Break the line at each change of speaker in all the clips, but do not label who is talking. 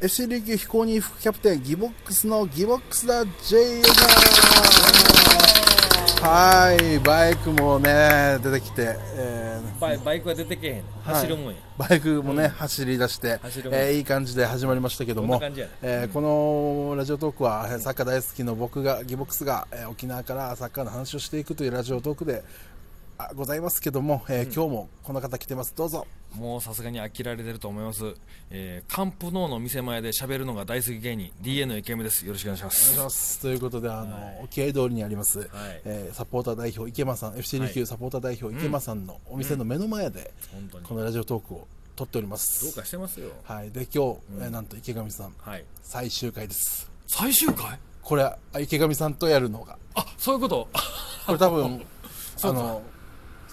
FC 琉球非公認副キャプテンギボックスのギボックスだ J がはいバイクもね出てきて、えー
バイバイクは出てけへん走るもんや、
バイクもね、走り出して、え
走るもん
ーいい感じで始まりましたけど
ど
も
んな感じやね
えーこのラジオトークはえーサッカー大好きの僕がギボックスが、えー沖縄からサッカーの話をしていくというラジオトークであございますけども、えー今日もこの方来てますどうぞ
もうさすがに飽きられてると思います、えー、カンプノーの店前で喋るのが大好き芸人 DA の池ムですよろしくお願いしま
お願いし
す
ますということであの、沖合通りにあります、えーサポーター代表池間さん FC 琉球サポーター代表池間さんのお店の目の前で、
本当に
このラジオトークを撮っております
どうかしてますよ
はい、で今日、えーなんと池上さん、
はい
最終回です
最終回
これあ池上さんとやるのが
あそういうこと
これ多 分あの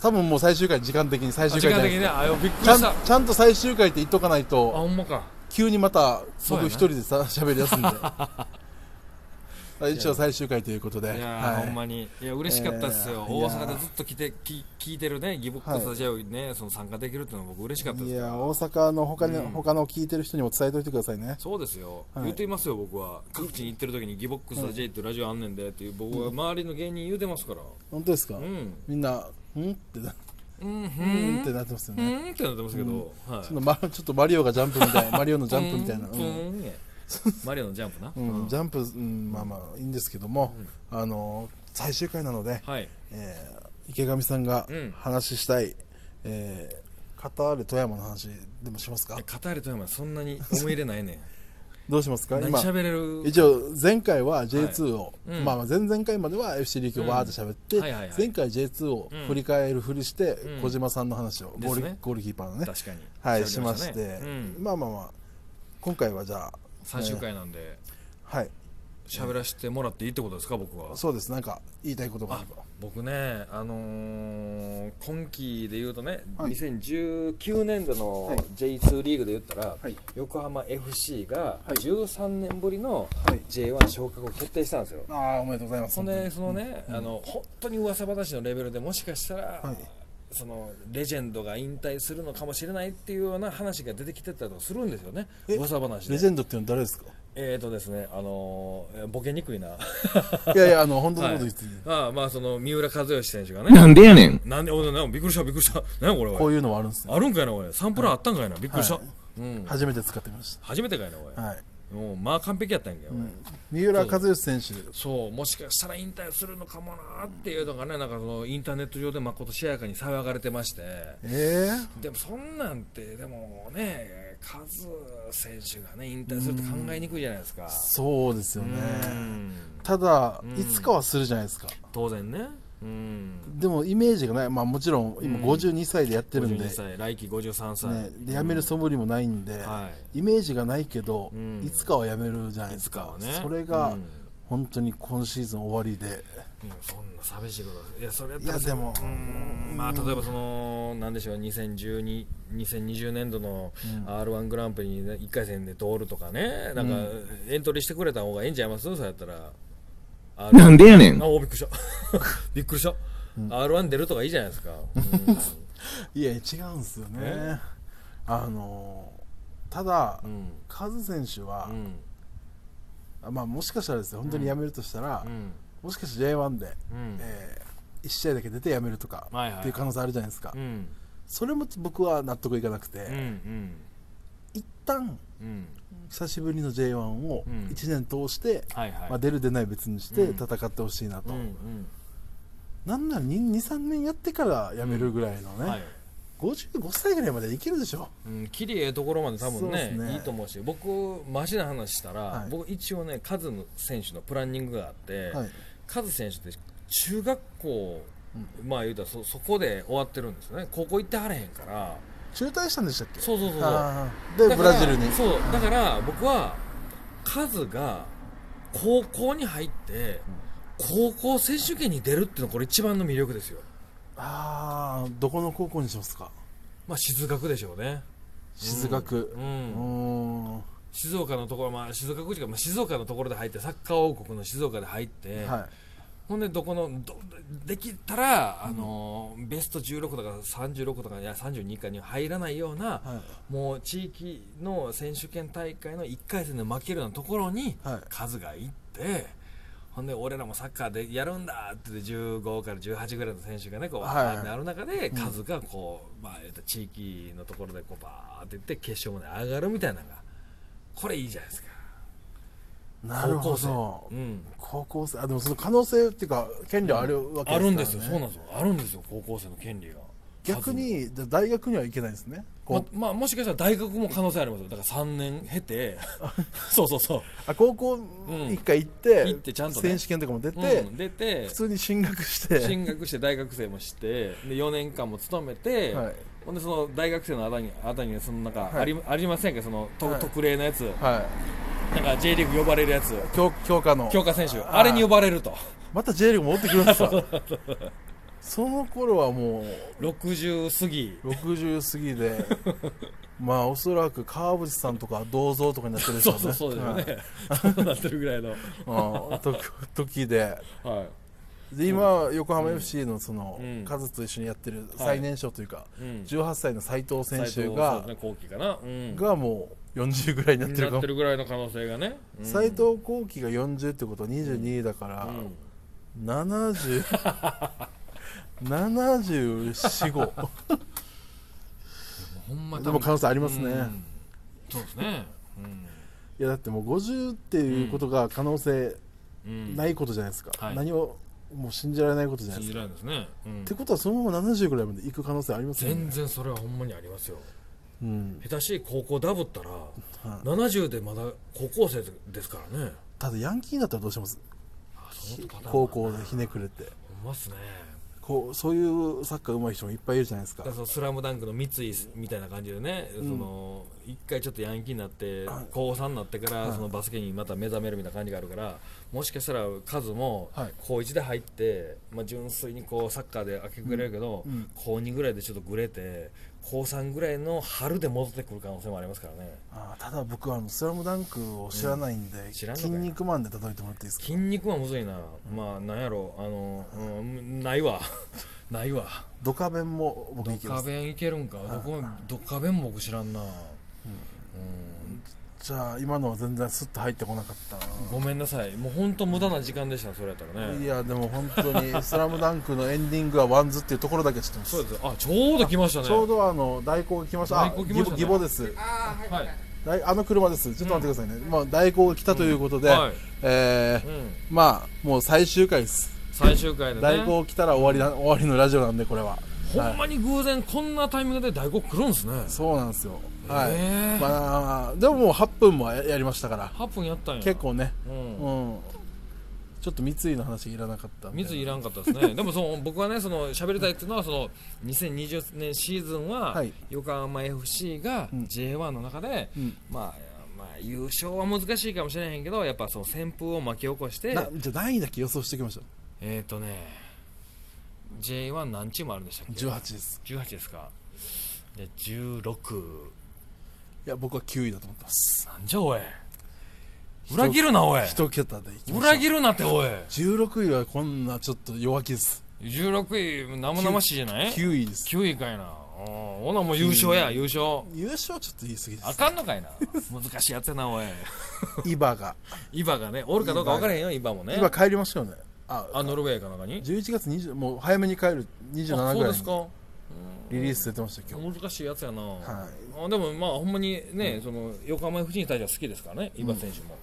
多分もう最終回時間的に最終
時
回じゃ
間
ないです
的にねあびっく
ちゃ
り
ん
したあ
ちゃんと最終回って言っとかないと
ほんまか
急にまた
そう
僕
やな
一人でさ喋り出す んで一応最終回ということで
いやー、
はい
ほんまにいや嬉しかったですよ、
えー
大阪でずっと来てき聞いてるねギボックスタジオにね、その参加できるっていうのは僕嬉しかった
い
です
や大阪の他に、他の聞いてる人にも伝えておいてくださいね
そうですよ、言っていますよ僕は各地に行ってる時にギボックスタジオってラジオあんねんでっていう僕は周りの芸人言うてますから
本当ですか、
うん
みんな「ん?」ってな
うん
「
ふ
ん?」
ん
ってなってますよ
う
ね、
んってなってますけど、はい
そのま、ちょっとマリオがジャンプみた いなマリオのジャンプみたいな、
うん
うん
うんやマリオのジャンプな、
うんジャンプ、うん、まあまあいいんですけども、あの最終回なので、
はい
えー池上さんが
うん
話ししたい、えーカタール富山の話でもしますか
カタール富山そんなに思い入れないねん
どうしますか
何
今
喋れる
一応前回は J2 を、
うん
まあまあ前々回までは FC 琉球をわーって喋って、
うんはいはいはい
前回 J2 を振り返るふりして、
うん
小島さんの話をゴール,、
ですね
ゴールキーパーのね
確かに
はい、し
喋り
ま
ね
して、
うん
まあまあまあ今回はじゃあ
最終回なんで
はい
喋らせてもらっていいってことですか僕は
そうですなんか言いたいことがあれば
僕ね、あのー今期で言うとね、
はい
2019年度
は
の
い
J2 リーグで言ったら、
はい
横浜 FC が
い
13年ぶりの
はい
J1 昇格を決定したんですよ。
ああおめでとうございます
そんで、
本
そのね、あの本当に噂話のレベルでもしかしたら、
はい
そのレジェンドが引退するのかもしれないっていうような話が出てきてたりとかするんですよね、
え
噂話
当にレ
で。
ジェンドっていうのは誰ですか
えーとですね、あのーえーボケ にくいな。
いやいやあの本当のこと言って、
ああまあその三浦知良選手がね、
なんでやねん。
なんで、おいなんびっくりした、びっくりした。なんやこれ、
こ
お
う
い。
いうのもあるんですね
あるんかいな、おい。サンプラーあったんかいな、びっくりした。
はい
うん。
初めて使ってみまし
初めてかいな、おい
た。はい
もう、まあ完璧やったんやけど、俺
三浦和義選手
そう、もしかしたら引退するのかもなーっていうのがね、なんかそのインターネット上でまことしやかに騒がれてまして、
ええ
でもそんなんて、でもね、カズ選手がね、引退するって考えにくいじゃないですか。
そうですよね
うん
ただいつかはするじゃないですか
当然ね。うん。
でもイメージがないまあもちろん今52歳でやってるんで
52歳、来季53歳。
ねで辞める素振りもないんで、
は
イメージがないけど、
ん
いつかは辞めるじゃないですか
いつかはね
それが
うん
本当に今シーズン終わりで、
いやそんな寂しいこといやそれやっ
い
た
や
ら
でも、
うんまあ、例えばそのなんでしょう2012 2020年度の r 1グランプリに、ね、1回戦で通るとかねなんかエントリーしてくれた方がええんちゃいますそれやったら R1
なんでやねん
あ。おびっくりした びっくりした、r 1出るとかいいじゃないですか、うん
いや違うんですよねあのただ、
うん
カズ選手は
う、ん
まあ、もしかしたらですよ本当に辞めるとしたら、
うん
もしかして J1 で、
うん
え1試合だけ出て辞めるとか
はいはい
っていう可能性あるじゃないですか、
うん
それも僕は納得いかなくて、
うんうん
一旦
うん
久しぶりの J1 を
うん
1年通して、
はいはい、
まあ、出る出ない別にして戦ってほしいなと、
うんう
なんなら23年やってから辞めるぐらいのね、
んはい
55歳ぐらいまでいけるでしょ
うん、きりええところまで多
そう
分ね
っすね
いいと思うし僕マジな話したら、
はい
僕一応ねカズ選手のプランニングがあって、
はい
カズ選手って中学校、まあ言うたらそそこで終わってるんですよね高校行ってはれへんから
中退したんでしたっけ
そうそうそうそう
あーで
だ
ブ
から
ラジルに
そうだから僕はカズが高校に入って高校選手権に出るっていうのこれ一番の魅力ですよ
ああどこの高校にしますか
まあ静学でしょうね
静学
う
うんんは
静岡のところ、まあ、静岡口が、まあ、静岡のところで入ってサッカー王国の静岡で入って、
い
ほほんでどこのどできたら、あのベスト16とか36とかいや32回には入らないような、
は
もう地域の選手権大会の1回戦で負けるようなところに
はい
数がいって、ほんで俺らもサッカーでやるんだって言って15から18ぐらいの選手がねこうわ
はいはい
ーってなる中で数がこう、まあ、えっと地域のところでこうバーっていって決勝まで上がるみたいなのがこれいいじゃないですか。
なるほど
高校生うん
高校生あでもその可能性っていうか権利はあるわけ
あるんで
ですす
よ、
から
そう
ね
なんですよ、あるんですよ、高校生の権利が。
逆にじゃあ大学には行けないんですねこう
ま、まあ、もしかしたら大学も可能性ありますよ、だから3年 経て、そうそうそう、
あ高校
ん
一回行って,、
行ってちゃんとね
選手権とかも出て、
うん出て
普、通に進学して
進学して大学生もして、で4年間も勤めて、
はい
ほんでその大学生のあたりにあたりにそのなんか
い
あり,、ありませんか、そのと、
はい
特例のやつ、
は
なんか J リーグ呼ばれるやつ、
い強強化の
強化選手、あれに呼ばれると、
また J リーグ戻ってくるんですかその頃はも
60過ぎ、
う60過ぎ でまあおそらく川淵さんとか銅像とかになってるでし
そ
ょ
うそうそうですよね、そうなってるぐらいの、
はいうんと時で
は
で今、横浜 FC のその、
うん
カズと一緒にやってる最年少というか、
い、うん、
18歳の斉藤選手
斉藤そう
が、
ですね後期かな、うん、
がもう40ぐらいになってるか
なっ
も
てるぐらいの可能性がね、うん
斉藤幸輝が40ってことは22だから、
うん
70 745
ほんま多分
でも可能性ありますね、
うんそうですね、
いやだってもう50っていうことが可能性
うんうん、
ないことじゃないですか、
はい
何をもう信じられないことじゃない
信
です
じ
か、
られないですね、うん
ってことはそのまま70ぐらいまで行く可能性ありますよ
全
ね
然それはほんまにありますよ
うん、
下手しい高校ダブったら、
はい
70でまだ高校生ですからね
ただヤンキーだったらどうします
あそのパターンは
高校でひねくれて
ほんまっすね
こうそういうサッカー上手い人もいっぱいいるじゃないですか
だからそのスラムダンクの三井みたいな感じでね、その一回ちょっとヤンキーになって高3になってからそのバスケにまた目覚めるみたいな感じがあるからもしかしたらカズも
はい
高1で入って、まあ、純粋にこうサッカーで明け暮れるけど、高2ぐらいでちょっとグレて高3ぐらいの春で戻ってくる可能性もありますからね
あーただ僕はあの「スラムダンクを知らないんで「
知らんのか
筋
い
肉マン」で例えてもらっていいですか
筋肉はむずいな、まあなんやろあの、うん、ないわ ないわ
ドカベンも僕
ド
行きま
カ
す
ベンいけるんかどこドカベンも僕知らんな、うん
じゃあ今のは全然スッと入ってこなかったな、
ごめんなさい、もう本当無駄な時間でした、それやったら
い
ね。
やでも本当 に「スラムダンクのエンディングはワンズっていうところだけ知ってます
そうです。あ、ちょうど来ましたね。
ちょうどあの代行が来ました
代行来ましたね
義母です
はい。
大あの車ですちょっと待ってくださいね、まあ、代行が来たということで、
うんはい
えー
うん。
まあもう最終回です
最終回でね。
代行来たら終わりな終わりのラジオなんでこれは
ほんまに偶然こんなタイミングで大悟来るんですね。
そうなんですよはい、
えー
まあでももう8分もややりましたから
8分やったんや。
結。構ね
うん。
うんちょっと三井の話いらなかったんで
水いらんかったです ね。でもその僕はね、その喋りたいっていうのはその2020年シーズンは
はい
横浜 FC が J1 の中で、
ん
まあ。まあ、優勝は難しいかもしれへんけどやっぱその旋風を巻き起こして
なじゃあ何位だけ予想してきましょう
えっ、ー、とね J1 何チームあるんでしたっけ
18です
18ですかで16
いや僕は9位だと思ってます
なんじゃおい裏切るなおい
一桁でいきま
裏
し
切るなっておい
ょう16位はこんなちょっと弱気です
16位生々しいじゃない
9位です
9位かいなうんほなもう優勝や優勝
優勝はちょっと言い過ぎで
あ
す
かんのかいな難しいやつやなおい
イバが
イバがねおるかどうか分からへんよイバもね
今帰りましょうねあ
あノルウェーかなんかに
11月20もう早めに帰る
あ
27
そ
ぐ
う
ら
で
い
す
に
か
リリース出てました今日
難しいやつやな、
は
あでもまあほんまにね、その横浜 FC に対しては好きですからねイバ選手も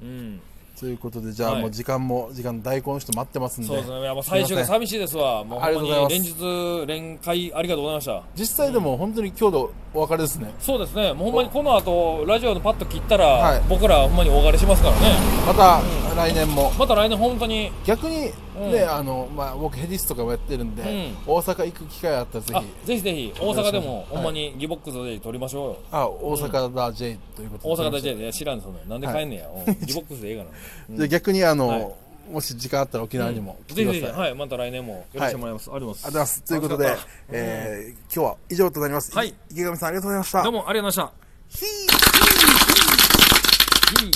うん
ということでじゃあ
はい
もう時間も時間代行の人待ってますん
そう
で
ですね、やっぱ最終が寂しいですわ、もう
ありが
本
とうござい
当
ま
に
す
連日、連会ありがとうございました、
実際でも本当に今日でお別れですね
そうですね、もうほんまにこの後ラジオのパッと切ったら、
はい
僕ら、ほんまにお別れしますからね、
また来年も
また来年、本当に、
逆に
うん
ね、あのまあ、僕ヘディスとかもやってるんで、
ん
大阪行く機会あったらぜ
あ
ひ
ぜひぜひ、大阪でも、
お
ほん
願
ま
い
にギボックスで撮りましょうよ、
あ大阪だ J ということ
大阪だ
で
けで、いや知らんですよね、なんで帰んねや、うん ギボックスでええかな、
じゃあ逆にあの、
はい
もし時間あったら沖縄にも来
ぜ
て
ひ
くだ
ぜ
さい、
ひ、はい、また来年もよろしくお願いします、ありがとうご
あ
ざ
りがとう
い
ござい
ま。
ますすということで
楽しかっ、
えー今日は以上となります、
はい
池上さんありがとうございました
たどうもありがとうございました。
ひー
いい